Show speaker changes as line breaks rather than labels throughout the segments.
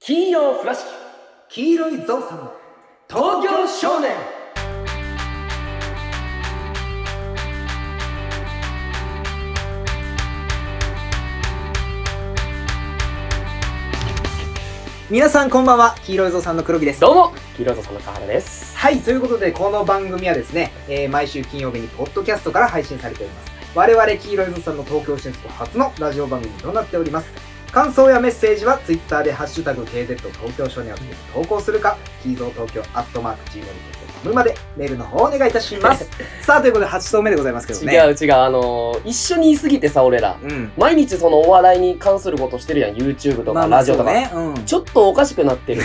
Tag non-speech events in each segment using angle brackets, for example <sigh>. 金曜フラッシュ黄色いゾウさんの東京少年
皆さんこんばんは黄色いぞうさんの黒木です
どうも黄色いゾウさんの川原です
はいということでこの番組はですね、えー毎週金曜日にポッドキャストから配信されております我々黄色いぞうさんの東京進出初のラジオ番組となっております感想やメッセージはツイッターで「ハッシュタグ #KZ 東京少年」をつけて投稿するか黄色東京アットマーク Gmail.com までメールの方お願いいたしますさあということで8層目でございますけどね
違う違うあのー、一緒にいすぎてさ俺ら
うん
毎日そのお笑いに関することしてるやん YouTube と
ま
か
あまあ
ラジオとか、
そうねうん
ちょっとおかしくなって
<laughs>
る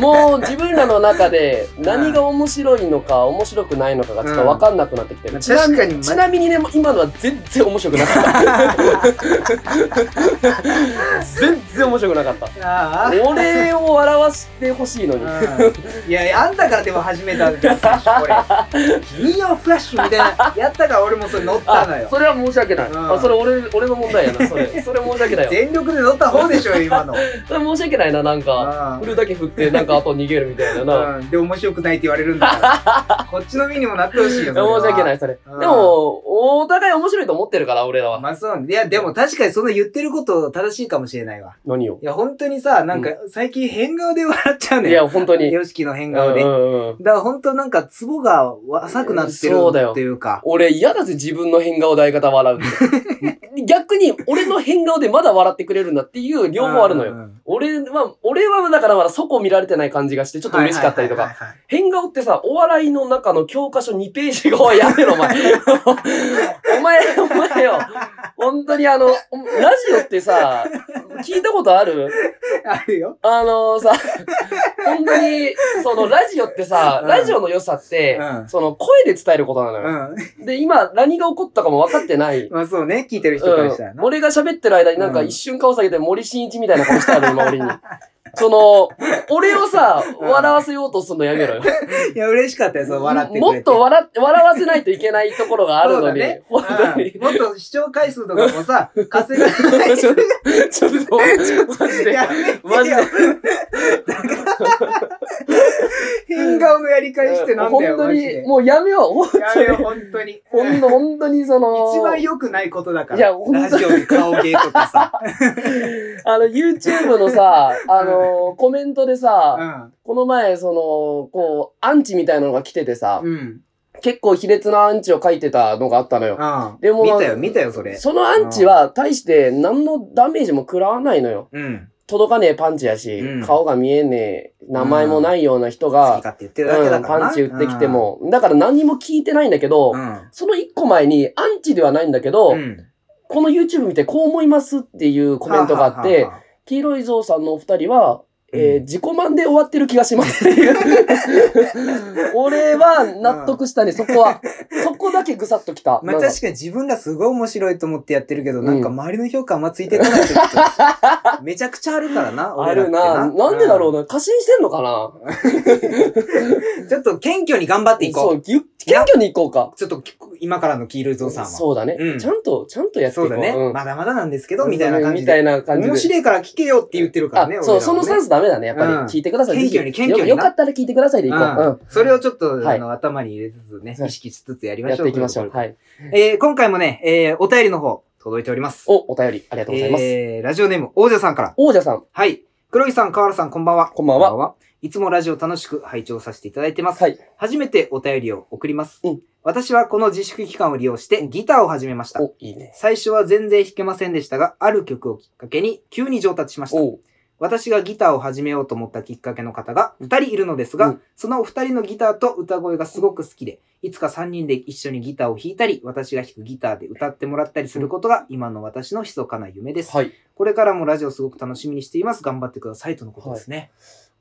もう自分らの中で何が面白いのか面白くないのかがちょっと分かんなくなってきてる、
うん
ちな
確
み
かに
ちなみにね今のは全然面白くな
<laughs>
かった全然面白くなかった
ああ
俺を笑わしてほしいのに
うんいやいやあんたからでも始めたんですこれ金曜フラッシュみたいなやったから俺もそれ乗ったのよ
それは申し訳ない、
うん
あそれ俺俺の問題やなそれそれ申し訳ないよ
全力で乗った方でしょ今の、
それ申し訳ないななんか振るだけ振ってなんかあと逃げるみたいなな、
うん、で面白くないって言われるんだからこっちの身にもなってほしいよ
申し訳ないいそれ、
うん
でもお互い面白いと思ってるから俺らは、
まあそういやでも確かにその言ってること正しいかもしれないわ
何を
いや本当にさなんか最近変顔で笑っちゃう
い
ね
や本当に
よしきの変顔で、
うんうん
だから本当なんかツボが浅くなってる
そうだよ
っていうか
俺嫌だぜ自分の変顔で相方笑
<laughs>
うって逆に俺の変顔でまだ笑ってくれるんだっていう両方あるのよ、
うんうん
俺は、俺はだからまだそこ見られてない感じがして、ちょっと嬉しかったりと
はい
か。
はいはいはい
変顔ってさ、お笑いの中の教科書2ページが、おいやめろ、お前。 <laughs> お前、お前よ。本当にあの、ラジオってさ、聞いたことある
<laughs> あるよ。
あのさ、本当に、そのラジオってさ、
うん
ラジオの良さって、
うん
その声で伝えることなの
う
よ。
ん。
で、今、何が起こったかも分かってない。
まあ <laughs> そうね、聞いてる人からしたら
うん、
な。
俺が喋ってる間になんか一瞬顔下げて森進一みたいな顔してある、今俺に。その、俺をさ、
うん
笑わせようとするのやめろよ。
いや、嬉しかったよ、そう、笑ってくれて。
もっと笑って、笑わせないといけないところがあるのに。
う
本当に
ん。もっと視聴回数とかも
<laughs>
さ、稼がない
ちょっと、ちょっと、マジで
や。めて
マジで
よ。変顔のやり返してなん
本
だよ、
当
マジ
に、
で。
もうやめよう。本
や
当
め
に
よ、。本当に。
ほんの、本当にその、
一番良くないことだから。
いや本当に
ラジオで顔芸とか
<laughs>
さ。
あの、YouTube のさ、あの、コメントでさ、
うん。
この前、その、こう、アンチみたいなのが来ててさ、
うん。
結構卑劣なアンチを書いてたのがあったのよ。
うん。
でも
見たよ、見たよ、それ。
そのアンチは、大して何のダメージも食らわないのよ。
うん。
届かねえパンチやし、
うん
顔が見えねえ、名前もないような人
好き
が、
勝手言ってるだけだ
うん
からな。
パンチ打ってきても、だから何も聞いてないんだけど、
うん。うん。
その一個前に、アンチではないんだけど、
うん
この YouTube 見てこう思いますっていうコメントがあって、、
はははは
黄色いゾウさんのお二人は、えー
うん
自己満で終わってる気がします
<laughs>
っていう。俺は納得したね、そこは。そこだけぐさっときた。
まあ
なんか
確かに自分がすごい面白いと思ってやってるけど、
うん
なんか周りの評価あんまついてこないって
<laughs>
ことめちゃくちゃあるからな、
あ
俺らって
るな。なんでだろうな。過信してんのかな
うんちょっと謙虚に頑張っていこ。
そうう、ぎゅ謙虚に行こ
ちょっと今からの黄色いうぞうさん
か。
は。
そうだね、
うん
ちゃんと、ちゃんとやってい
そ
こ
うだ
う。
ね、
うん
まだまだなんですけど、みたいな感じ
みた
で。
いな感じで。
面白いから聞けよって言ってるからね。
あそう、
俺ら
そ
も
の
ね
センスダメだね。やっぱり、
うん
聞いてください。
謙虚に
ぜひ
謙虚にな
よ。よかったら聞いてくださいでいこう。
うん
うん。
それをちょっと、
はい
あの頭に入れつつね、
はい
意識しつつやりま
やっ
しょう。
ていきましょう。
とい
はい。
ことで。えー今回もね、えーお便りの方、届いております。
お、お便りありがとうございます。
えーラジオネーム、王者さんから。
王者さん、
はい。黒木さん、河原さん、こんばんは。
こんば
こ
ん
んばん
は。
は。いつもラジオ楽しく拝聴させていただいてます。
はい。
初めてお便りを送ります。
うん
私はこの自粛期間を利用してギターを始めました。
お、いいね。
最初は全然弾けませんでしたが、ある曲をきっかけに急に上達しました。
おう
私がギターを始めようと思ったきっかけの方が2人いるのですが、
うん
そのお二人のギターと歌声がすごく好きで、いつか3人で一緒にギターを弾いたり、私が弾くギターで歌ってもらったりすることが今の私の密かな夢です。
はい。
これからもラジオすごく楽しみにしています。頑張ってくださいとのことですね。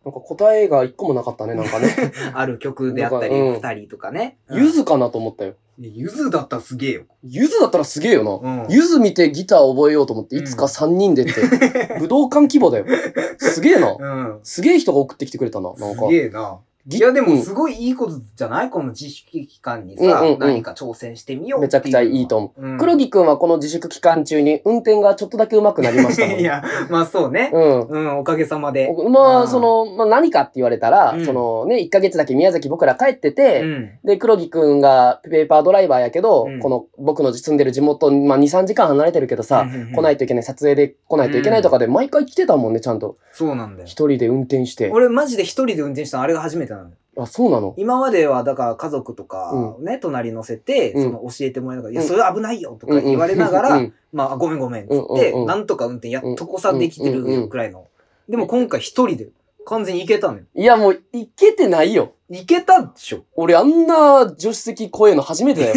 なんか答えが一個もなかったね、なんか
<laughs>
ね。
ある曲であったり、
なん
二人とかね。
ゆずかなと思ったよ。
ゆずだったらすげえよ。
ゆずだったらすげえよ
う
な。
ん。
ゆず見てギター覚えようと思って、いつか3人で
<laughs>
って。武道館規模だよ。すげえな。
うん。
すげえ人が送ってきてくれたな。なん
す
か。
げえな。いや、で
う
も
ん
すごいいいことじゃないこの自粛期間に
うんうん
さ
う、ん
何か挑戦してみよう
めちゃくちゃいいと思
思う
黒
木
木くんはこの自粛期間中に運転がちょっとだけ上手くなりましたも
<laughs>
ん。
いや、まあそうね。
うん。
うん、おかげさまで。
ま
うん
あ、その、まあ何かって言われたら、
うん
そのね、1ヶ月だけ宮崎僕ら帰ってて、
うん。
で、黒木くんがペーパードライバーやけど、
うん
この僕の住んでる地元、まあ2、3時間離れてるけどさ、
うんうんうん
来ないといけない、撮影で来ないといけないとかで、毎回来てたもんね、ちゃんと。
そうなんだよ
一。人で運転して。
俺マジで一人で運転したのあれが初めてなの。
あ、そうなの
今まではだから家族とか
う
ね、隣乗せて、
うん
その教えてもらいながら、いや、
うん
それ危ないよとか言われなが
うんう
ら、
ん
<laughs> まあ、ごめんごめんっつっ
うんうん
て、
うん
なんとか運転やっとこさできてるくらいの。でも今回一人で完全に行けたのよ。
いや、もう、いけてないよ。
行けたでしょ
俺、あんな助手席声の初めてだ
<laughs>
よ。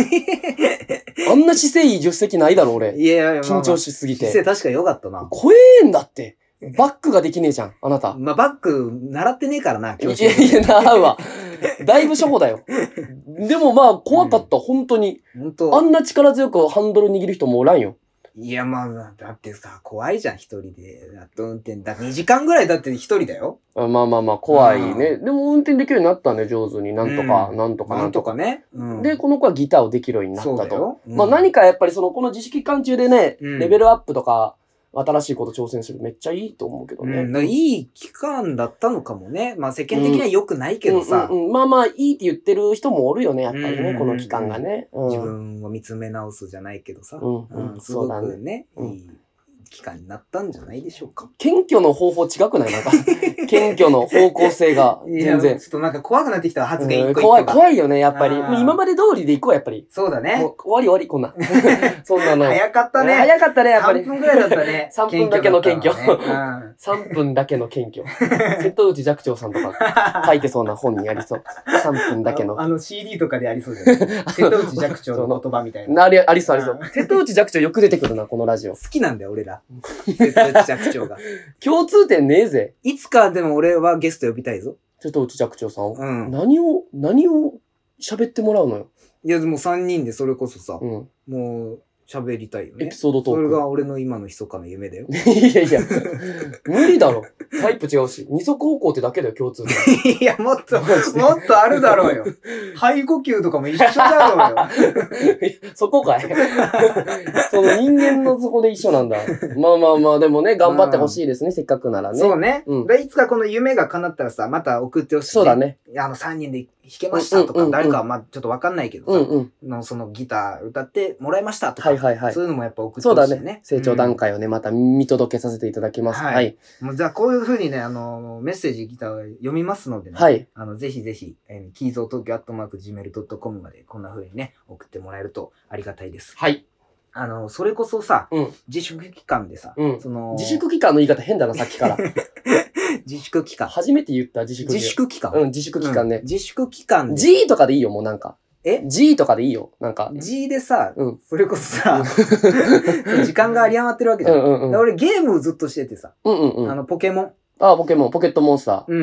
あんな姿勢いい助手席ないだろ、俺。
いやいやいや、まあま
緊
あ
張しすぎ
姿勢
て。
確か良かったな。
怖えんだって。バックができねえじゃん、あなた。
まあ、バック習ってねえからな、
い
教
や
師。
いや、なうわ。だいぶ初歩だよ。でもまあ、怖かった、本当に。
本当
あんな力強くハンドル握る人もおらんよ。
いや、まあ、だってさ、怖いじゃん、一人で。やっと運転。だ、2時間ぐらいだって一人だよ。
あまあまあまあ、怖いね。でも運転できるようになったね、上手に。なんとか、
うん
なんとか、
な
なんん
と
とか。
かね。うん。
で、この子はギターをできるようになっ
そう
た
だ
と。
よ。うん
まあ何かやっぱりその、この自粛期間中でね、
うん
レベルアップとか、新しいこと挑戦するめっちゃいいと思うけどね。
うん、だからいい期間だったのかもね。まあ世間的には良くないけどさ
う、んうんうんまあまあ、いいって言ってる人もおるよね、やっぱりね、
うんうんうん
この期間がね。うん、
自分を見つめ直すじゃないけどさ、
うんうん
うんす
そ
ご
うだ
く
ね。
ね、
うん
いい期間になったんじゃないでしょうか。
謙虚の方法違くな
<laughs>
いなんか、謙虚の方向性が、
いや
全然
ち。ょっとなんか怖くなってきた発言一
うん
個一
怖
個
い、
が。
怖いよね、やっぱり。
あー
もう今まで通りで行こう、やっぱり。
そうだ
も
ね
う。終わり終わ
<laughs>
り、こんな。そんなの。
早かった
え
ね。
早かったね、やっぱり。
3。分ぐらいだったね
3分 <laughs> だけの謙虚
謙虚だったのね
3分だけの謙虚。瀬戸内寂聴さんと <laughs> か書いてそうな本にありそう。3分だけ
うん
<laughs> の。
あの CD とかでありそうじゃない瀬戸内寂聴
<laughs>
の言葉みたいな。
なありありそうありそう
う。
瀬戸内寂聴よく出てくるな、このラジオ
好。きなんだよ、俺
<laughs>
ら。瀬戸内寂聴が。
共通点ねえぜ。
いつかでも俺はゲスト呼びたいぞ。
瀬戸内寂聴さんを。
うん。
何を、何を喋ってもらうのよ。
いや、でも3人でそれこそさ、
うん。
もう喋りたいよ
エ
ね
ピ。ソードト
それ
ー
が俺の今の密かな夢
<laughs>
だよ。
ク。いやい
<laughs>
や、無理だろ。タイプ違うし。二足歩行ってだけだよ、共通点。
いや、もっと、 <laughs> もっとあるだろうよ。肺呼吸とかも一緒だ
<laughs>
ろうよ。
<laughs> そこかい <laughs> その人間のそこで一緒なんだ。まあまあまあ、でもね、頑張ってほしいですね、せっかくならね。
そうね。
うん
でいつかこの夢が叶ったらさ、また送ってほしい、
そうだ。ね。
いやあの、3人で弾けましたと
うんうんうん
か、
うん
誰かはまあちょっとわかんないけど
う
さ
ん、うん。
のそのギター歌ってもらいましたとか、
はいはいはい
そ。ういうのもやっぱ送って
そう
ほ
だ
しいね。
ね。成長段階をね、また見届けさせていただきます。
はい
はい。
うん。もうじゃあこういうふうにね、あの、メッセージギター読みますのでね、
はい。
あの、ぜひぜひ、えー、キーゾー東京アットマーク Gmail.com までこんな風にね、送ってもらえるとありがたいです。
はい。
あの、それこそさ、
うん
自粛期間でさ、
うん
その、
自粛期間の言い方変だな、さっきから。
<laughs> 自粛期間。
初めて言った自粛
自
期
粛期間。
うん、自粛期間
う
ね
ん。自粛期間で。
G とかでいいよ、もうなんか。
え
?G とかでいいよ、なんか。
G でさ、
うん
それこそ
<laughs>
さ、 <laughs> 時間が有り余ってるわけ
う
じゃん。
んうんうん。
だ <laughs> から俺ゲームをずっとしててさ、
うんうんう
あ
ん。
の、ポケモン。
あ、ポケモン、ポケットモンスター。
うん
う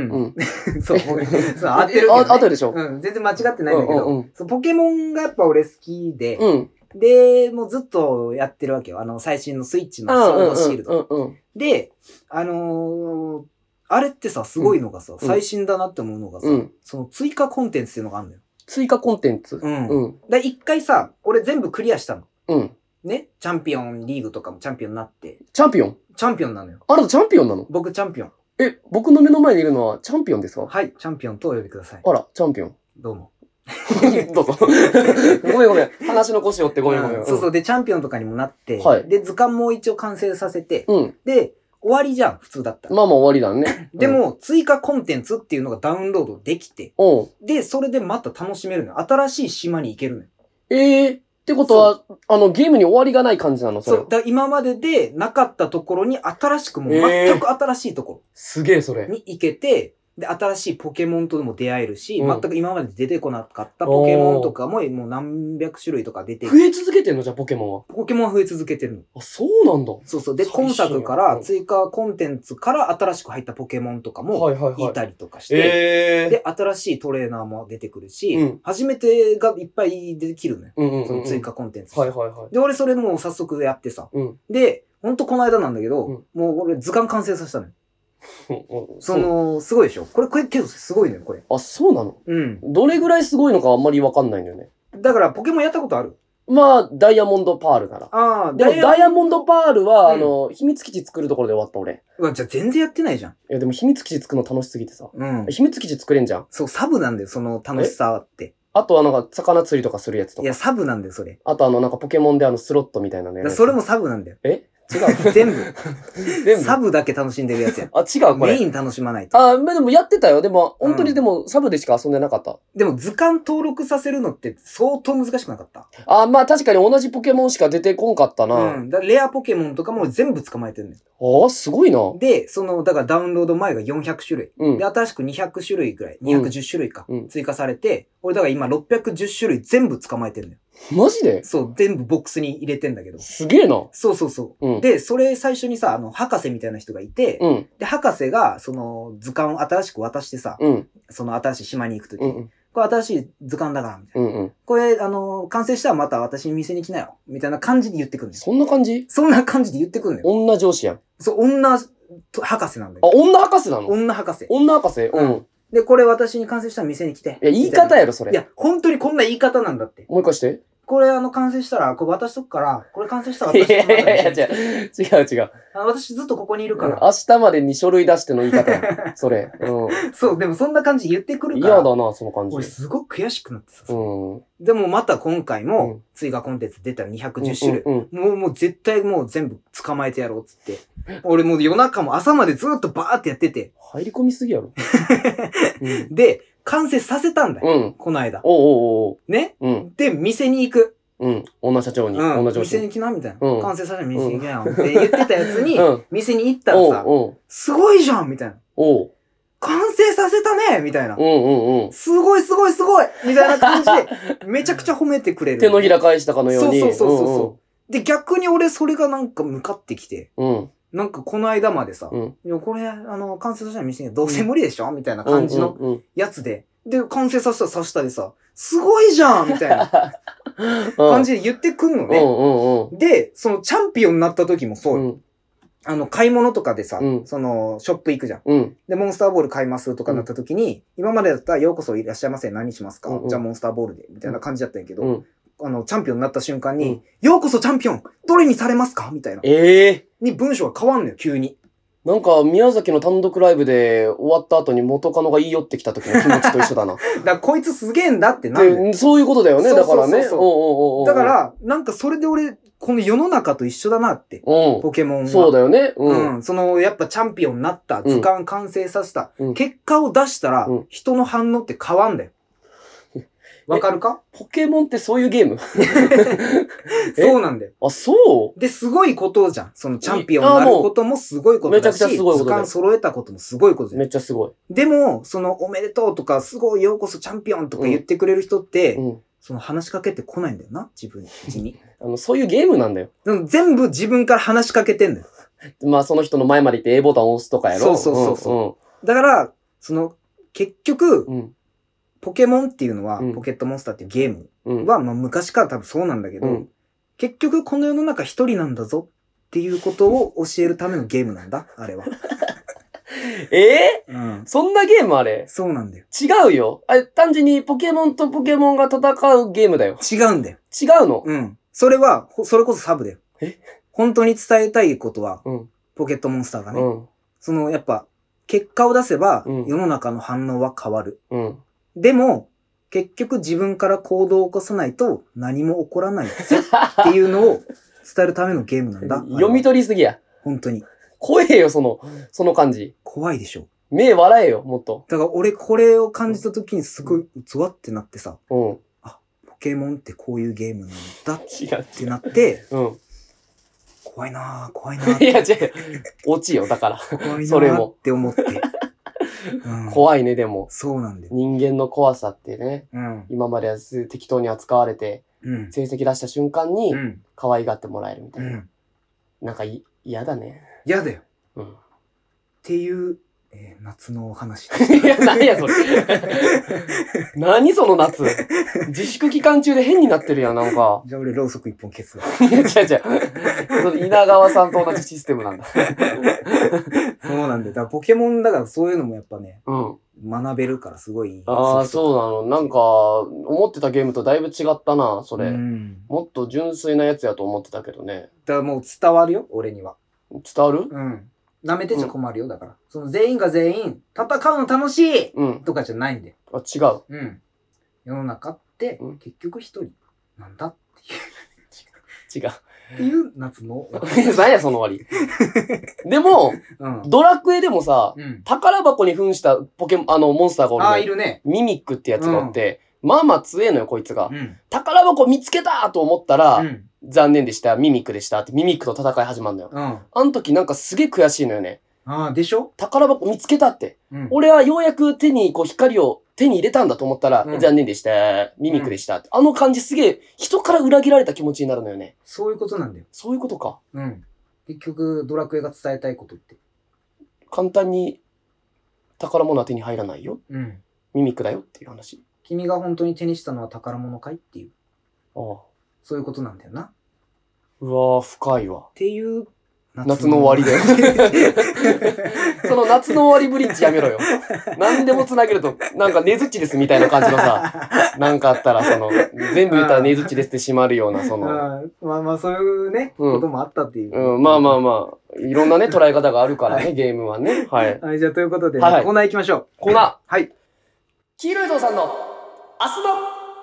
<laughs>
ん。
そう、ポケそう合ってるけど、
あ
ね。
合ってるでしょ。
うん、全然間違ってないんだけど、
うんうんうん
そうポケモンがやっぱ俺好きで、
うん。
で、もうずっとやってるわけよ。あの、最新のスイッチの
うん
ソー
う
ド
ん
シールド。
うんうん。
で、あのーあれってさ、すごいのがさ、
うん
最新だなって思うのがさ、
うん
その追加コンテンツっていうのがあるのよ。
追加コンテンツ。
うん
うん。
で、一回さ、俺全部クリアしたの。
うん。
ね。チャンピオンリーグとかもチャンピオンになって、
チャンピオン
チャンピオンなのよ。
あなたチャンピオンなの
僕チャンピオン。
え、僕の目の前にいるのはチャンピオンですか
はい、チャンピオンとお呼びください。
あら、チャンピオ
<laughs>
ン。
どうも。<laughs>
どうぞ。ごめんごめん。話の腰折ってごめんごめ。
うんんそうそう。で、チャンピオンとかにもなって、
はい
で、図鑑も一応完成させて、
うん。うん。
で、終わりじゃん、普通だったら。。
まあまあ終わりだね
でも、追加コンテンツっていうのがダウンロードできて、
うん、うん。
で、それでまた楽しめるのよ。新しい島に行けるのよ。
えー、ってことは、あの、ゲームに終わりがない感じなのそ
そ
れ
う。だから今まででなかったところに新しくもう
えー
全く新しいとこ
すげえ、そ
ろ
れ。
に行けて、で、新しいポケモンとも出会えるし、
うん
全く今まで出てこなかったポケモンとかももう何百種類とか出て、
増え続けてんのじゃあ、ポケモンは。
ポケモンは増え続けてるの。
あ、そうなんだ。
そうそう。で、
最新
今
や
作から
うん
追加コンテンツから新しく入ったポケモンとかも
はいはい
い
は
たりとかし
い。
て、
えー。
で、新しいトレーナーも出てくるし、
うん
初めてがいっぱいできるのよ。
うんうん
そ
うんう
の
ん。
追加コンテンツ。
はいはいはい。
で、俺それもう早速やってさ。
うん。
で、ほんとこの間なんだけど、
うん
もう俺図鑑完成させたのよ。
うんうん
その、すごいでしょこれ、これ、けどすごいのよ、これ。
あ、そうなの
うん。
どれぐらいすごいのかあんまりわかんないんだよね。
だから、ポケモンやったことある
まあ、ダイヤモンドパールなら。
ああ、
でも、ダイヤモンドパールは、
うん
あの、秘密基地作るところで終わった俺。
うわじゃあ全然やってないじゃん。
いや、でも秘密基地作るの楽しすぎてさ。
うん。
秘密基地作れんじゃん。
そう、サブなんだよ、その楽しさって。
あとはなんか、魚釣りとかするやつと
い
か。
や、サブなんだよ、それ。
あとあの、なんかポケモンであの、スロットみたいなの
だ
や
から
るやつ
それも。サブなんだよ。
え違
<laughs>
う。
全部。
<laughs> 全部。
サブだけ楽しんでるやつやん。
あ、違 <laughs> う、こ
メ
れ。
イン楽しまないと。
あ、まあでもやってたよ。でも、本当
う
に
ん
でも、サブでしか遊んでなかった。
でも図鑑登録させるのって相当難しくなかった。
あ、まあ確かに同じポケモンしか出てこんかった
う
な。
ん。だからレアポケモンとかも全部捕まえてるのよ。
あ、すごいな。
で、その、だからダウンロード前が400種類。
うん
で、。新しく200種類ぐらい、210種類か、
うん
追加されて、俺だから今610種類全部捕まえてるのよ。
マジで
そう、全部ボックスに入れてんだけど。
すげえな。
そうそうそう。
うん。
で、それ最初にさ、あの、博士みたいな人がいて、
うん。
で、博士が、その、図鑑を新しく渡してさ、
うん。
その新しい島に行くとき、
うん。うん。
これ新しい図鑑だから、みたいな。
うんうん。
これ、あの、完成したらまた私に店に来なよ、みたいな感じで言ってくるんですよ。
そんな感じ
そんな感じで言ってくるんだよ。
女上司やん。あ、
そう、女と博士なんだよ。
女博士なの
女博士。
女博士うん。
で、これ私に完成したら店に来て。
いや、言い方
や。
やろ、それ。
いや、本当にこんな言い方なんだって。
もう一回して。
これあの、完成したら、これ渡しとくから、これ完成したら
い
私
やい
とあなた
や
に
<laughs> い
店
や、
に
違
来
う
て。
違う違う。
あの私ずっとここにいるから。
明日までに書類出しての言
<laughs>
い方やん。それ。う
そう、でもそんな感じ言ってく
ん。
るか
嫌
ら。
だな、その感じ
俺。すごく悔しくなってさ。
うん。
でもまた今回
う
も
ん、
追加コンテンツ出たら210種類。
うんうん
もう、もう絶対もう全部捕まえてやろうっつって。俺もう夜中も朝までずっとバーってやってて。
入り込みすぎや
<laughs>
ろ。うん。
で、完成させたんだよ。
うん。
この間。
おうおうおう
ね
おう。うん。
で、店に行く。
うん。女社長に。
う
女
ん。
上司
店に
に。
来なみたいな。
うん
完成させたら店に行けなよって言ってたやつに
う、ん。
店に行ったら
おう
さ、
おう
すごいじゃんみたいな。
おう
完成させたねみたいな
う。んうんうん。
すごいすごいすごいみたいな感じ
<laughs>
で、めちゃくちゃ褒めてくれる。
手のひら返したかのように。
そうそうそうそで、逆に俺それがなんか向かってきて、
うんうん。
なんかこの間までさ、
うんうん。
いや、これ、あの、完成させたら見せてどうせ無理でしょみたいな
うん。
感じの
うんうん
やつで。で、完成させたらさしたでさ、すごいじゃんみたいな
うん。
感じで言ってくんの
うん
ね。
うんうん。
で、そのチャンピオンになった時もそうよ。
ん。
あの、買い物とかでさ、
うん
その、ショップ行くじゃん。
うん。
で、モンスターボール買いますとかなった時に、今までだったら、ようこそいらっしゃいませ、何しますか、
うんうん
じゃあモンスターボールで、みたいな感じだったんやけど、
うん。
あの、チャンピオンになった瞬間に、
うん
ようこそチャンピオンどれにされますかみたいな。
ええ。
に文章が変わんのよ、急に。
なんか、宮崎の単独ライブで終わった後に元カノが言い寄ってきた時の気持ちと一緒だな。
だからこいつすげえんだって <laughs> なんだよ。
で、そういうことだよね。
そう
だ
そ
か
うそう
ら
そう
ね。おうおうおうおう
だか、ら、なんかそれで俺、この世の中と一緒だなって、
う
ポケモンは。
ん。そうだよね。う。
うんん。その、やっぱチャンピオンになった、
うん
図鑑完成させた、
うん
結果を出したら、
うん
人の反応って変わんだよ。わかるか
ポケモンってそういうゲームえ
そうなんだよ。
あ、そ
で、すごいことじゃん。そのチャンピオンになることもすごいことだし、
いやもうめちゃくちゃすごいこ
図
とだよ
鑑揃えたこともすごいこと
う
じゃん
めっ。ちゃすごい。
でも、その、おめでとうとか、すごいようこそチャンピオンとか言ってくれる人って、
うん。
その話しかけてこないんだよな、自分自に。
あの、そういうゲームなんだよ。
でも全部自分から話しかけてんだよ。
まあ、その人の前まで行って A ボタンを押すとかやろ。
そうそうそうそだから、その、結局
う。、ん。
ポケモンっていうのは、
うん
ポケットモンスターっていうゲーム
うん。うん。
は、まあ昔から多分そうなんだけど、
うん
結局この世の中一人なんだぞっていうことを教えるためのゲームなんだ、あれは。
ええ
うん。
そんなゲームあれ
そうなんだよ。
違うよ。あれ、単純にポケモンとポケモンが戦うゲームだよ。
違うんだよ。
違うの。
うん。それは、ほそれこそサブだよ。
え
本当に伝えたいことは、
うん。
ポケットモンスターが
う
ね、
ん。
そのやっぱ、結果を出せば、
うん
世の中の反応は変わる。
うん。
でも、結局自分から行動を起こさないと何も起こらないぜっていうのを伝えるためのゲームなんだ。
<laughs> 読み
と。
取りすぎや。
本当に。
怖えよ、その、その感じ。
怖いでしょ。
目笑えよ、もっと。
だから俺これを感じた時にすごいズワってなってさ、
うん。違
ポケモンってこういうゲームなんだっ
う。
てなって、
うん。
怖いなぁ、怖いなぁ
い、や、違う。落ちよ、だから。
怖いな
<laughs> それ
ぁ
も
って思って。
<laughs>
うん、
怖いね、でも。
そうなんだよ。
人間の怖さってね、
うん。
今まではす適当に扱われて、
うん。
成績出した瞬間に
うん。
可愛がってもらえるみた
う
いな。
ん。
なんかい嫌だね。 <laughs>
嫌だよ。
うん。
っていう、えー夏のお話。
いや、何やそれ。 <laughs> 何その夏。自粛期間中で変になってるやん、なんか。 <laughs>
じゃあ俺、ろうそく一本消すわ。
いや、違う違う。それ稲川さんと同じシステム <laughs> なんだ。
そうなんで、だからポケモンだからそういうのもやっぱね、
うん。
学べるからすごい。
ああ、そうなの。なんか、思ってたゲームとだいぶ違ったな、それ。
うん。
もっと純粋なやつやと思ってたけどね。
だからもう伝わるよ、俺には。
伝わる
うん。舐めてちゃ困るよ、だから。その全員が全員、戦うの楽しい
うん。
とかじゃないんで。
あ、違う。
うん。世の中って
うん、
結局一人なんだっていう
違う。
っていう夏の。
<laughs> 何や、その終わり。でも、
うん。
ドラクエでもさ、
うん。
宝箱に扮したポケモン、あの、モンスターがおる
あ
の
あ、
よ
いるね。
ミミックってやつがおって、まあまあ強えのよ、こいつが。
うん。
宝箱見つけたと思ったら、
うん。
残念でした、ミミックでしたって、ミミックと戦い始まるのよ。
うん。あ
あの時なんかすげえ悔しいのよね。
あ、でしょ
宝箱見つけたって。
うん。
俺はようやく手にこう光を手に入れたんだと思ったら、
うん
残念でした、ミミックでしたって。あの感じすげえ人から裏切られた気持ちになるのよね。
そういうことなんだよ。
そういうことか。
うん。結局、ドラクエが伝えたいことって。
簡単に宝物は手に入らないよ。
うん。
ミミックだよっていう話。
君が本当に手にしたのは宝物かいっていう。
ああ。
そういうことなんだよな。っ
うわぁ、深いわ。
ていう
夏の終わり
<laughs>
だよ。その夏の終わりブリッジやめろよ。何でも繋げると、なんか根づっちですみたいな感じの <laughs> さ、
<laughs>
なんかあったら、その、全部言ったら根づっちですって閉まるような、その、
うんまあまあ、そういうね、
うん
こともあったっていう。
うん、まあまあ
ま
まあ、いろんなね、捉え方があるから
は
ね、ゲームはね。はい。
あ。はい、じゃあ、ということで、
はいはい
コーナー行きましょう。
コーナー
はい。
黄色いぞうさんの、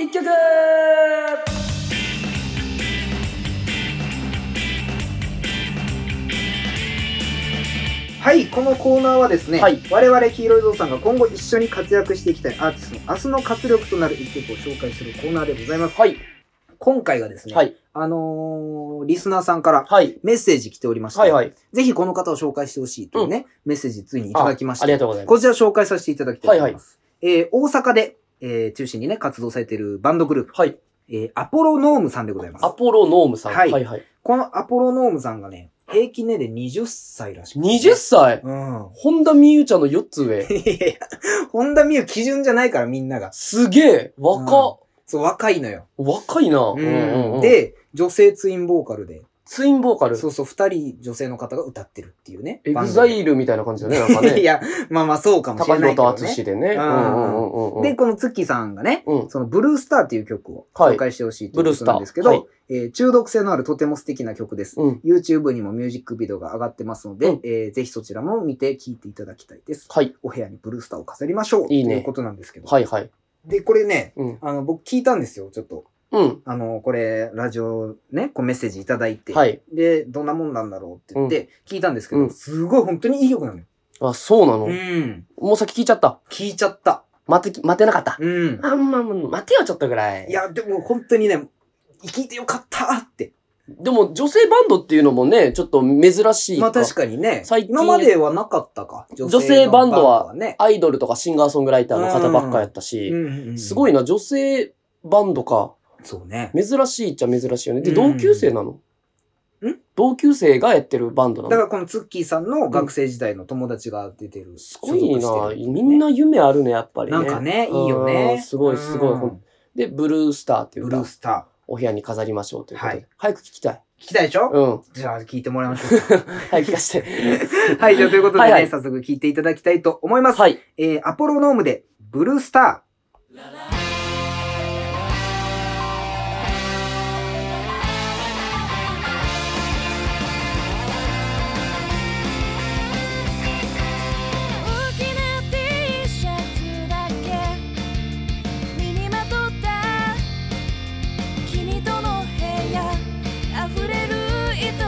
明日の一曲
はい、このコーナーはですね、
はい
我々黄色いぞうさんが今後一緒に活躍していきたいアーティストの明日の活力となる一曲を紹介するコーナーでございます。
はい、
今回がですね、
はい、
あのーリスナーさんから
はい、
メッセージ来ておりまして、
はい、はい。
ぜひこの方を紹介してほしいというね、メッセージついにいただきました。
ありがとうございます。
こちら紹介させていただきたいと思います。えー大阪で、えー中心にね、活動されているバンドグループ、
はい。
えーアポロノームさんでございます
ア。ポロノームさん。
は
はいい、はい。
このアポロノームさんがね、平均年齢20歳らしくて、
20歳
うん。 <laughs>
本田美優ちゃんの4つ上。
いやいや本田美優基準じゃないからみんなが。
すげえ若っ、
そう、若いのよ。
若いな、うんうんうん、、
で、女性ツインボーカルで、
ツインボーカル
そ、うそう、二人女性の方が歌ってるっていうね。
エ
バ
グ
ン
ザ
ドで
イルみたいな感じだね、なんか
<laughs> い
ね。
や、まあまあそうかもし
高
れない
広
けど、
と
ね。
淳でね。
う
うんん
う
うんんうんうん。
で、、このツッキーさんがね、
うん。
そのブルースターっていう曲を
はい
紹介してほしいとい
ブ
う
ル
こと
ース
な
タ
ん
ー。
ですけど、
はい
えー中毒性のあるとても素敵な曲です。
うん。
YouTube にもミュージックビデオが上がってますので、
うん
えーぜひそちらも見て聴いていただきたいです。
はい。
お部屋にブルースターを飾りましょう
いいね
ということなんですけど。
はいはい。
で、これね、
うん。
あの、僕聞いたんですよ、ちょっと。
うん。
あの、これ、ラジオね、こうメッセージいただいて、
はい。
で、どんなもんなんだろうって言って、聞いたんですけど、
うん
すごい本当にいい曲なのよ。
あ、そうなの、
ん。
もう先聞いちゃった。
聞いちゃった。
待てき、待てなかった。
うん。
あんまあ、待てよ、ちょっとぐらい。
い、や、でも本当にね、聞いてよかったって。
でも女性バンドっていうのもね、ちょっと珍しい
まあ確かにね、
最近
今まではなかったか。女
女性バンドは
のバね。
アイドルとかシンガーソングライターの方ばっかやったし、すご
い。
いな、女性バンドか。
そうね。
珍しいっちゃ珍しいよね。で、
うん
同級生なの、
ん
同級生がやってるバンドな
だ
の
からこのツッキーさんの学生時代の友達が出てる。
すごい
所
な、
属してる
みんな夢あるね、やっぱりね。
なんかね、いいよ
うん
ね。
すごいすごい
うん
ほんで、ブルースターっていう
ブル
歌
ー、スタ
お部屋に飾りましょうということで。
はい
早く聞きたい。
ー。聞きたいでしょ
うん。
じゃあ聞いてもらいましょう。
早く聞かせて。
<laughs> はい、じゃあということでね、
はいはい
早速聞いていただきたいと思います。
はい。
えー、アポロノームで、ブルースタ
大きな T シャツだけ身にまとった君との部屋溢れる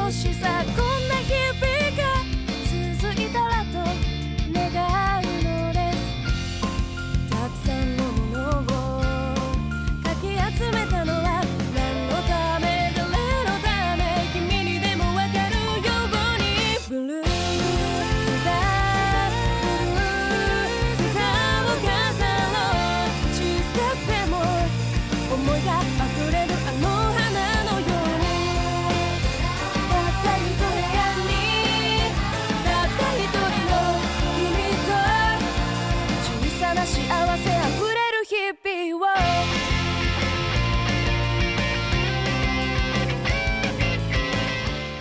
愛しさこんな日々が続いたらと願うのですたくさんのものを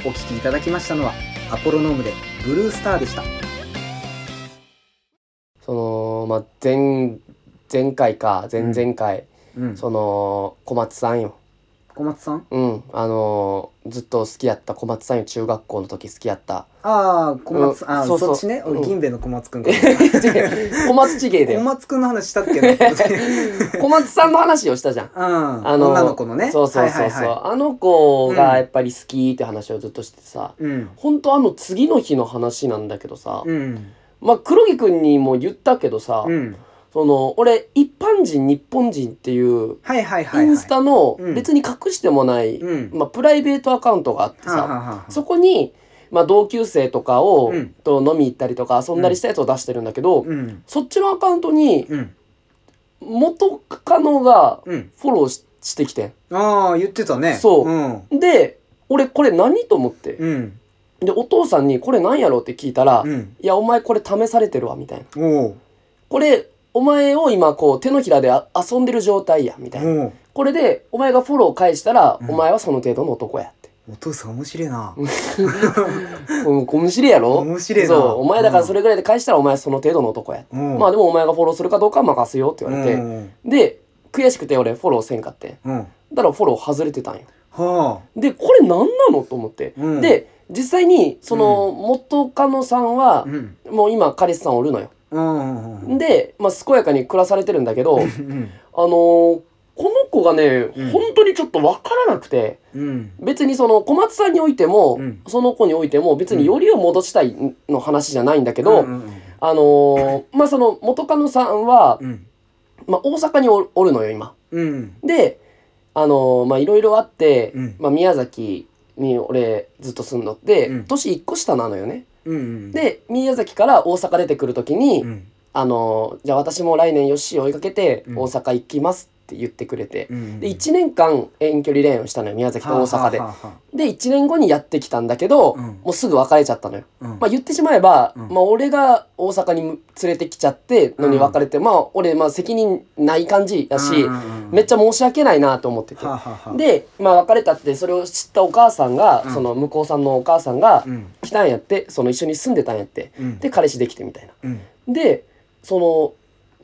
お聴きいただきましたのはアポロノームでブルースターでした
その、まあ、前、前回か、前々回、
うん
その、小松さんよ。
小松さん
うん。あのーずっと好きやった小松さんよ、中学校の時好きや
<laughs>
った。
ああ小松、
うん
あー
そうそ
そ
う
っちね、俺
うん
銀兵衛の小松
<laughs>
くんか
小松ちげえ
小
だよ。
松くんの話したっけね <laughs>
小松さんの話をしたじゃん。
うん、あ
あのー
女の子のね
そうそうそう
はい
そ
はいうは。
あの子がやっぱり好きって話をずっとしてさ。
い、うん
ほんとあの次の日の話なんだけどさ。
うん
まあ、黒木くんにも言ったけどさ、
うん
その、俺、一般人、日本人っていう、
はいはいはい
イ
はい
ンスタの
うん
別に隠してもない、
うん
まあ、プライベートアカウントがあって
はあは
さ、
あはあ
そこに、まあ、同級生とかを、
うん
と飲み行ったりとか遊んだりしたやつを出してるんだけど、
うん
そっちのアカウントに
うん
元カノが
うん
フォローししてきて
ああ言ってたね
そう
うん
んで、俺これ何と思って。
うん
で、お父さんにこれ何やろうって聞いたら、
うん
いや、お前これ試されてるわ、みたいな。
おう
これ、お前を今こう手のひらであ遊んでる状態や、みたいな。
おう
これで、お前がフォロー返したら、
うん
お前はその程度の男やって。
お父さん面白いな
うん、こむしれやろ
面白いな
そう、お前だからそれぐらいで返したらお前はその程度の男や。
うん
まあでもお前がフォローするかどうかは任すよって言われて。
うん
で、悔しくて俺フォローせんかって。
うんは
だからフォロー外れてたんよ。
あ
で、これ何なのと思って。
うん
で、実際に、その、元カノさんは
う、ん
もう今彼氏さんおるのよ。
うんうん
で、まあ健やかに暮らされてるんだけど、
うん
あのーこの子がね、
うん
本当にちょっとわからなくて、
うん
別にその小松さんにおいても、
うん
その子においても別によりを戻したいの話じゃないんだけど、
うんうん
あのーまあその元カノさんは、
うん
まあ大阪におおるのよ、今。
うん
で、あのーまあいろいろあって、
うん
まあ宮崎に俺ずっと住んどって、
うん
年1個下なのよね。
うん
で、宮崎から大阪出てくるときに、
うん
あのーじゃあ私も来年ヨッシー追いかけて
うん
大阪行きますって言ってくれて、
うん
で1年間遠距離恋愛をしたのよ宮崎と大阪で、
はあはあは
で1年後にやってきたんだけど、
うん
もうすぐ別れちゃったのよ、
あうん
まあ、言ってしまえば、
うん
まあ、俺が大阪に連れてきちゃってのに別れて、まあ俺まあ責任ない感じやし、めっ
ち
ちゃ申し訳ないなと思ってて、
はあはあはあ
で、まあ、別れたってそれを知ったお母さんが、
うん
その向こうさんのお母さんが
うん
来たんやってその一緒に住んでたんやって
うん
で彼氏できてみたいな。
うん
でその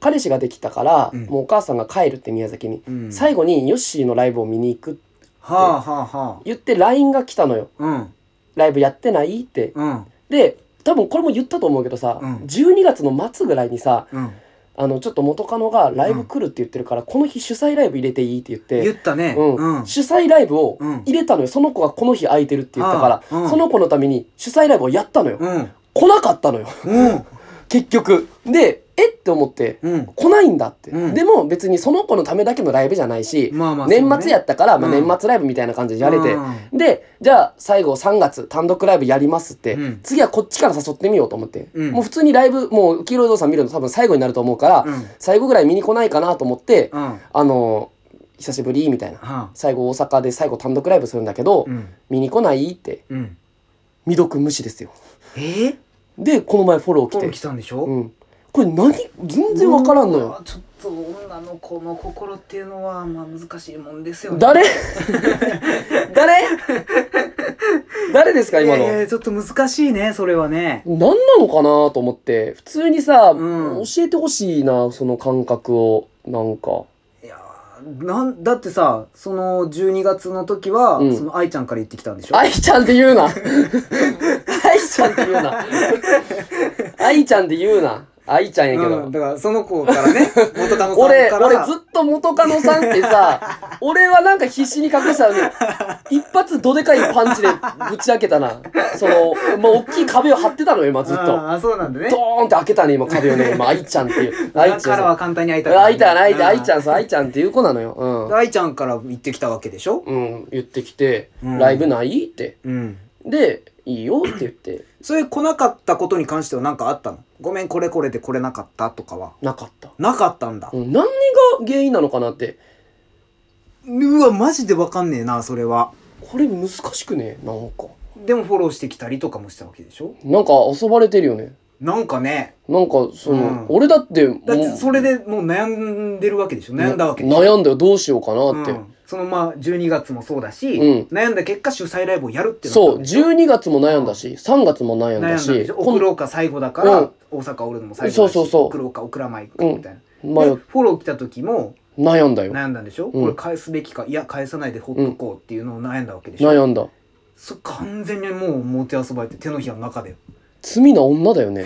彼氏ができたから、
うん
もうお母さんが帰るって宮崎に、
うん
最後にヨッシーのライブを見に行くって
はあはあはあ
言って LINE が来たのよ
うん
ライブやってないって
うん
で多分これも言ったと思うけどさ、
うん
12月の末ぐらいにさ
うん
あのちょっと元カノがライブ来るって言ってるから、この日主催ライブ入れていいって言って
言ったね
うん
うん
主催ライブを
うん
入れたのよその子がこの日空いてるって言ったから、
ああうん
その子のために主催ライブをやったのよ、
うん
来なかったのよ
うん
結局でえって思って、
うん
来ないんだって、
うん
でも別にその子のためだけのライブじゃないし、
まあまあ
年末やったから、まあ、
うん
年末ライブみたいな感じでやれて、
うん
でじゃあ最後3月単独ライブやりますって、
うん
次はこっちから誘ってみようと思って、
うん
もう普通にライブもう黄色い動さん見るの多分最後になると思うから、
うん
最後ぐらい見に来ないかなと思って、
うんは
あの久しぶりみたいな
あ
最後大阪で最後単独ライブするんだけど、
うん
見に来ないって
うん
未読無視ですよ
えー
でこの前フォロー来
ポ
て
ン来たんでしょ
うん、これ何全然わからんのよ
うわちょっと女の子の心っていうのはまあ難しいもんですよね <laughs>
誰 <laughs> 誰誰ですか今
い
の
やいやちょっと難しいねそれはね
何なのかなと思って普通にさ、
うん
教えてほしいなその感覚をなんか
いやーなんだってさその12月の時は、
うん
その愛ちゃんから言ってきたんでしょ
愛ちゃんって言うな愛ちゃんって言うな愛ちゃんって言うな愛ちゃんやけど、
うん、だからその子から
<laughs>
ね元カノさん
俺、
から
俺ずっと元カノさんってさ、俺はなんか必死に隠したのに、一発どでかいパンチでぶち開けたな。その、もう大きい壁を張ってたのよ、今ずっと。
ああそうなんだね
ドーンって開けたね、今壁
<laughs>
をね。今、愛ちゃんっていう。愛
だ
ち
か
ゃん
ら
さ
は。簡単に会いた
愛ちゃん、愛ちゃん、愛ち
ん
ゃんさ、愛ちゃんっていう子なのよ。うん。
愛ちゃんから言ってきたわけでしょ
うん、言ってきて、
うん
ライブないって。
うん
で、いいよって言って、
それ来なかったことに関しては何かあったのごめんこれこれで来れなかったとかは
なかった。
なかったんだ、
うん、何が原因なのかなって。
うわマジでわかんねえなそれは
これ難しくねなんか。
でもフォローしてきたりとかもしたわけでしょ
なんか遊ばれてるよね。
なんかね
なんか、その、
うん
俺だって、もう
だってそれでもう悩んでるわけでしょ悩んだわけでしょ
悩んだよ、どうしようかなって。
うんそのまあ12月もそうだし、
うん
悩んだ結果主催ライブをやるってなった
そ
わ
う、
けでしょ
12月も悩んだし、3月も悩
悩
んだ
んだんで
し、
しょ
こ
送
ん
ろうか最後だから、
うん
大阪おるのも最後だし
そうそうそう
送ろうか送らないかみたいな、
迷
でフォロー来た時も
悩んだよ。
悩んだんでしょ、
うん
これ返すべきかいや返さないでほっとこうっていうのを悩んだわけでしょ、
悩んだ。
そ完全にもうもてあそばれて手のひらの中で
罪な女だ
<laughs>
よね。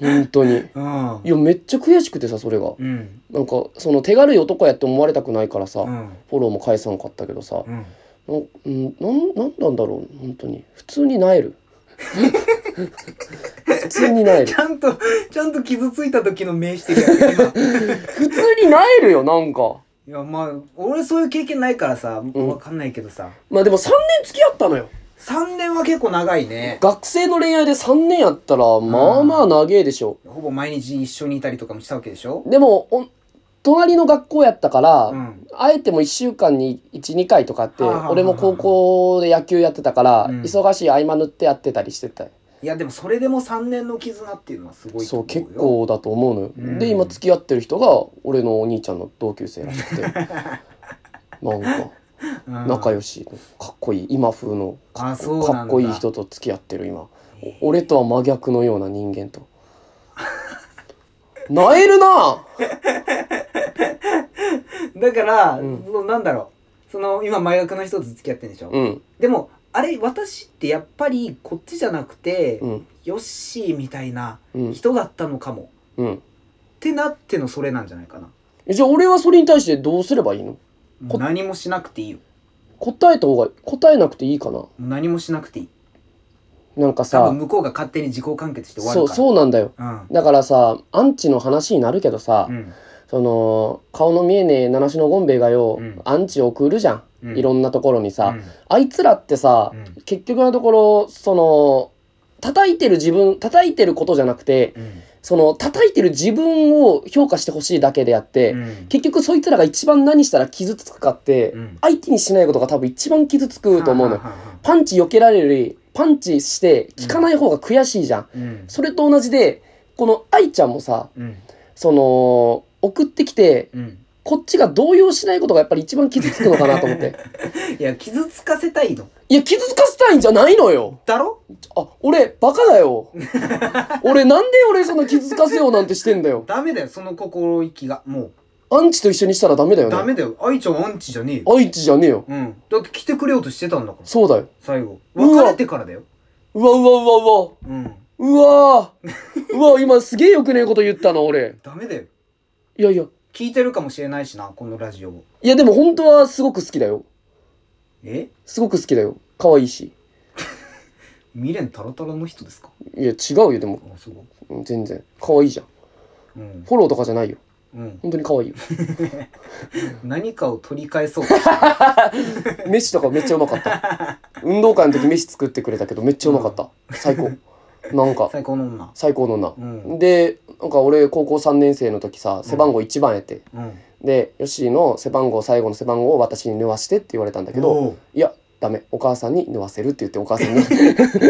本当に。
うん
いや、めっちゃ悔しくてさ、それが。
うん
なんか、その手軽い男やって思われたくないからさ、
うん
フォローも返さんかったけどさ、
うん
なうんなんなんなんだろう本当に普通になえる <laughs> 普通になえ
<laughs>
る
ちゃんとちゃんと傷ついた時の名してるやん今
<laughs> 普通になえるよなんか
いやまあ俺そういう経験ないからさ
ん
わかんないけどさ、
まあでも3年付き合ったのよ
3年は結構長いね
学生の恋愛で3年やったらまあまあ長えでしょ
ほぼ毎日一緒にいたりとかもしたわけでしょ
でもお隣の学校やったから、
うん
会えても1週間に12回とかあって
はあはあはあ
俺も高校で野球やってたから、
うん
忙しい合間縫ってやってたりしてた
いやでもそれでも3年の絆っていうのはすごいと
そう
思よ
結構だと思うのよ、
うん
で今付き合ってる人が俺のお兄ちゃんの同級生らし
<laughs>
くてなんか
うん
仲良しかっこいい今風のか
あ
っ
そう
こ
なんだ
かっこいい人と付き合ってる今お俺とは真逆のような人間となえるな
だから、
うん
そのなんだろうその今麻薬の人と付き合ってるでしょ、
うん
でもあれ私ってやっぱりこっちじゃなくて、
うん
ヨッシーみたいな
うん
人だったのかも、
うん
ってなってのそれなんじゃないかな
えじゃあ俺はそれに対してどうすればいいの
もう
こ
何もしなくていいよ
答えた方が答えなくていいかな
もう何もしなくていい
なんか
多
さ
分向こうが勝手に自己完結して終わ
そ
る
う
から
そうなんだよ
うん
だからさアンチの話になるけどさ、
うん
その顔の見えねえ七種のゴンベイがよ、
うん
アンチ送るじゃん、
うん
いろんなところにさ、
うん
あいつらってさ、
うん
結局のところその叩いてる自分叩いてることじゃなくて
うん
その叩いてる自分を評価してほしいだけであって、
うん
結局そいつらが一番何したら傷つくかって、
うん
相手にしないことが多分一番傷つくと思うのよ、
はあはあはあ
パンチ避けられるよりパンチして効かない方が悔しいじゃん、
うん
それと同じでこの愛ちゃんもさ
うん
その送ってきて
うん
こっちが動揺しないことがやっぱり一番傷つくのかなと思って
<laughs> いや傷つかせたいの
いや傷つかせたいんじゃないのよ
だろ
あ、俺、バカだよ。俺、なんで俺その傷つかせようなんてしてんだよ。
ダメだよその心意気がも
アンチと一緒にしたらダメだ
う
よね。
ダメだよ愛ちゃんはアンチじゃねえよ
アイチじゃねえよ。
うんだって来てくれようとしてたんだから
そうだよ。
最後
うわ
別れてからだよ
うわうわ
うん
うわうわうわうわ今すげえよくねえこと言ったな、俺。
ダメだよ
いやいや。
聞いてるかもしれないしなこのラジオを
いやでも本当はすごく好きだよ。
え
すごく好きだよ。可愛いし。
未練タラタラの人ですか
いや、違うよ、でも。
あそう
うん全然。可愛いじゃん。
うん
フォローとかじゃないよ。
うん
本当に可愛いよ。
何かを取り返
<laughs>
そう
飯とかめっちゃうまかった。運動会の時飯作ってくれたけど、めっちゃうまかった。最高。なんか、
最高の女
最高の女。
うん
でなんか俺高校3年生の時さ背番号1番やって、
うん
でヨッシーの背番号最後の背番号を私に縫わしてって言われたんだけど
おう
いやダメお母さんに縫わせるって言ってお母さんに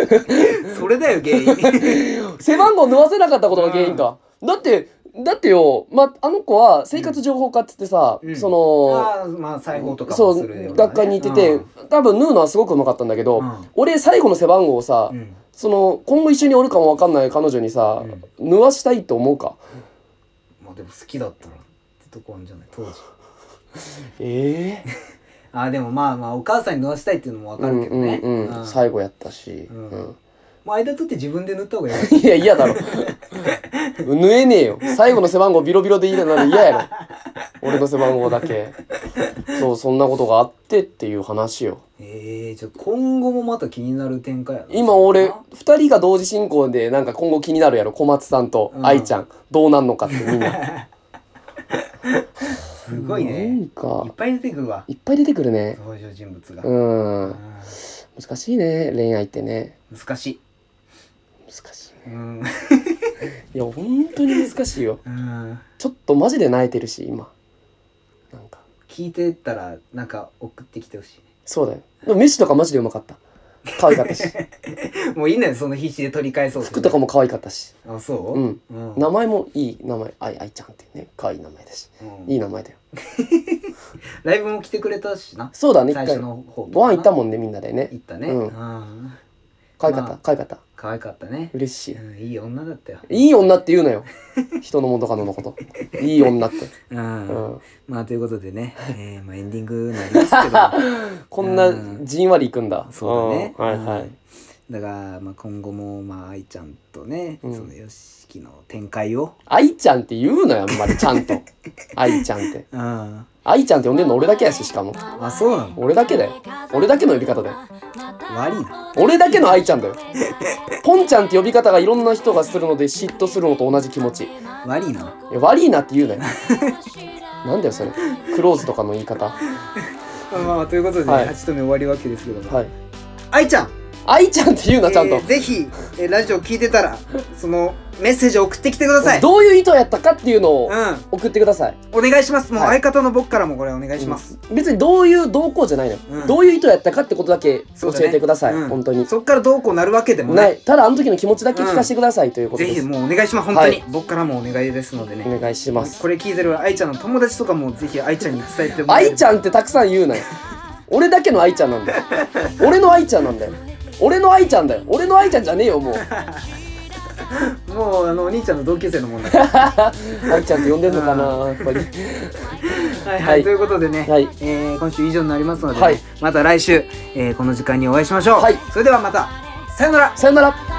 <laughs>
それだよ原因
背番号縫わせなかったことが原因か、だってだってよ、まあ、あの子は生活情報科っつってさ、
うん
その、
ああまあ裁縫とかも
そ
するようなね
う学科に行ってて、
うん
多分縫うのはすごくうまかったんだけど、
うん
俺最後の背番号をさ、
うん
その今後一緒におるかもわかんない彼女にさ、縫わしたいと思うか
まあでも好きだったらってとこあるんじゃない当時
ええ
ああでもまあまあお母さんに縫わしたいっていうのもわかるけどね
うんうんうん
うん
最後やったし、
うん
うん
もう間取って自分で塗った方がいい
いや嫌だろ縫えねえよ最後の背番号ビロビロでいいなら嫌やろ俺の背番号だけそうそんなことがあってっていう話よ
ええじゃあ今後もまた気になる展開やな
今
う
俺
ん
2人が同時進行でなんか今後気になるやろ小松さんと
うん
愛ちゃんどうなんのかってみんな
<laughs> <laughs> すごい
な
ね
ん
いっ
か
ぱい出てくるわ
いっぱい出てくるね
登場人物が
う
うんん
難しいね恋愛ってね
難しい
難しいね
うん
いや本当に難しいよ
うん
ちょっとマジで泣いてるし今なんか
聞いてたらなんか送ってきてほしいね
そうだよでも飯とかマジでうまかった可愛か
<laughs>
ったし。
もういいんだよ、その必死で取り返そうと
服とかも可愛かったし。
あ、そう
う。
うんん。
名前もいい名前。あい、あいちゃんっていうね。可愛い名前だし。
うん
いい名前だよ。
ライブも来てくれたしな。
そうだね、一
最
回
初。の方。
ご飯行った
ん。
もんね、みんなでね。
行ったね。
うん
うん。
可愛かっ
ま
た
あ、
可愛かった。
可愛かったね。
嬉しい。
うん、いい女だったよ。
いい女って言うなよ。人の元カノ
<laughs>
のこと。いい女って。
う。
うんん。
まあ、ということでね、えーまあ、エンディングになりますけ
<laughs>
ど。
こんなじんわりいくんだ。
そうだね。
んはいは
う
い
ん。だから、まあ、今後も、まあ、愛ちゃんとね、そ
うん
の、よしきの展開を。
愛ちゃんって言うのよ、あんまり。ちゃんと。愛ちゃんって。
うん。
愛ちゃんって呼んでんの俺だけやし、しかも。
あ、そうなの
俺だけだよ。俺だけの呼び方だよ。
悪いな。
俺だけの愛ちゃんだよ。ポンちゃんって呼び方がいろんな人がするので嫉妬するのと同じ気持ち。い
悪いな。
や、悪いなって言うなよ。なんだよ、それ。クローズとかの言い方。
まあまあまあ、ということでね、
はい
8と目終わりわけですけども。
はい。
愛ちゃん
愛ちゃんって言うな、ちゃんと
えー。ぜひ、えーラジオ聞いてたら、その、メッセージを送ってきてください。
どういう意図やったかっていうのを
うん。
送ってください。
お願いします。もう
はい
相方の僕からもこれお願いします。
別にどういう動向じゃないのよ、
うん
どういう意図やったかってことだけ
そ
教
うだね
えてください、
うん
本当に、
そっからどうこうなるわけでも
な
ない。
いただあの時の気持ちだけ聞かせてください、ということ
ぜ
で
ひ
す
もうお願いします。本当に。
は
僕からもお願いですのでね。
お願いします
これ聞いてる愛ちゃんの友達とかもぜひ愛ちゃんに伝えてもらえ
愛
る
ちゃんってたくさん言うなよ俺だけの愛ちゃんなんだよ俺の愛ちゃんなんだよ俺の愛ちゃんだよ俺の愛ちゃんじゃねえよもう
もうあのお兄ちゃんの同級生のもん
<laughs>
だから
愛ちゃんって呼んでんのかなやっぱり
はいは
はいい
ということでね、
はい
えー今週以上になりますのでね、
はい
また来週、えーこの時間にお会いしましょう、
はい
それではまたさよなら
さよなら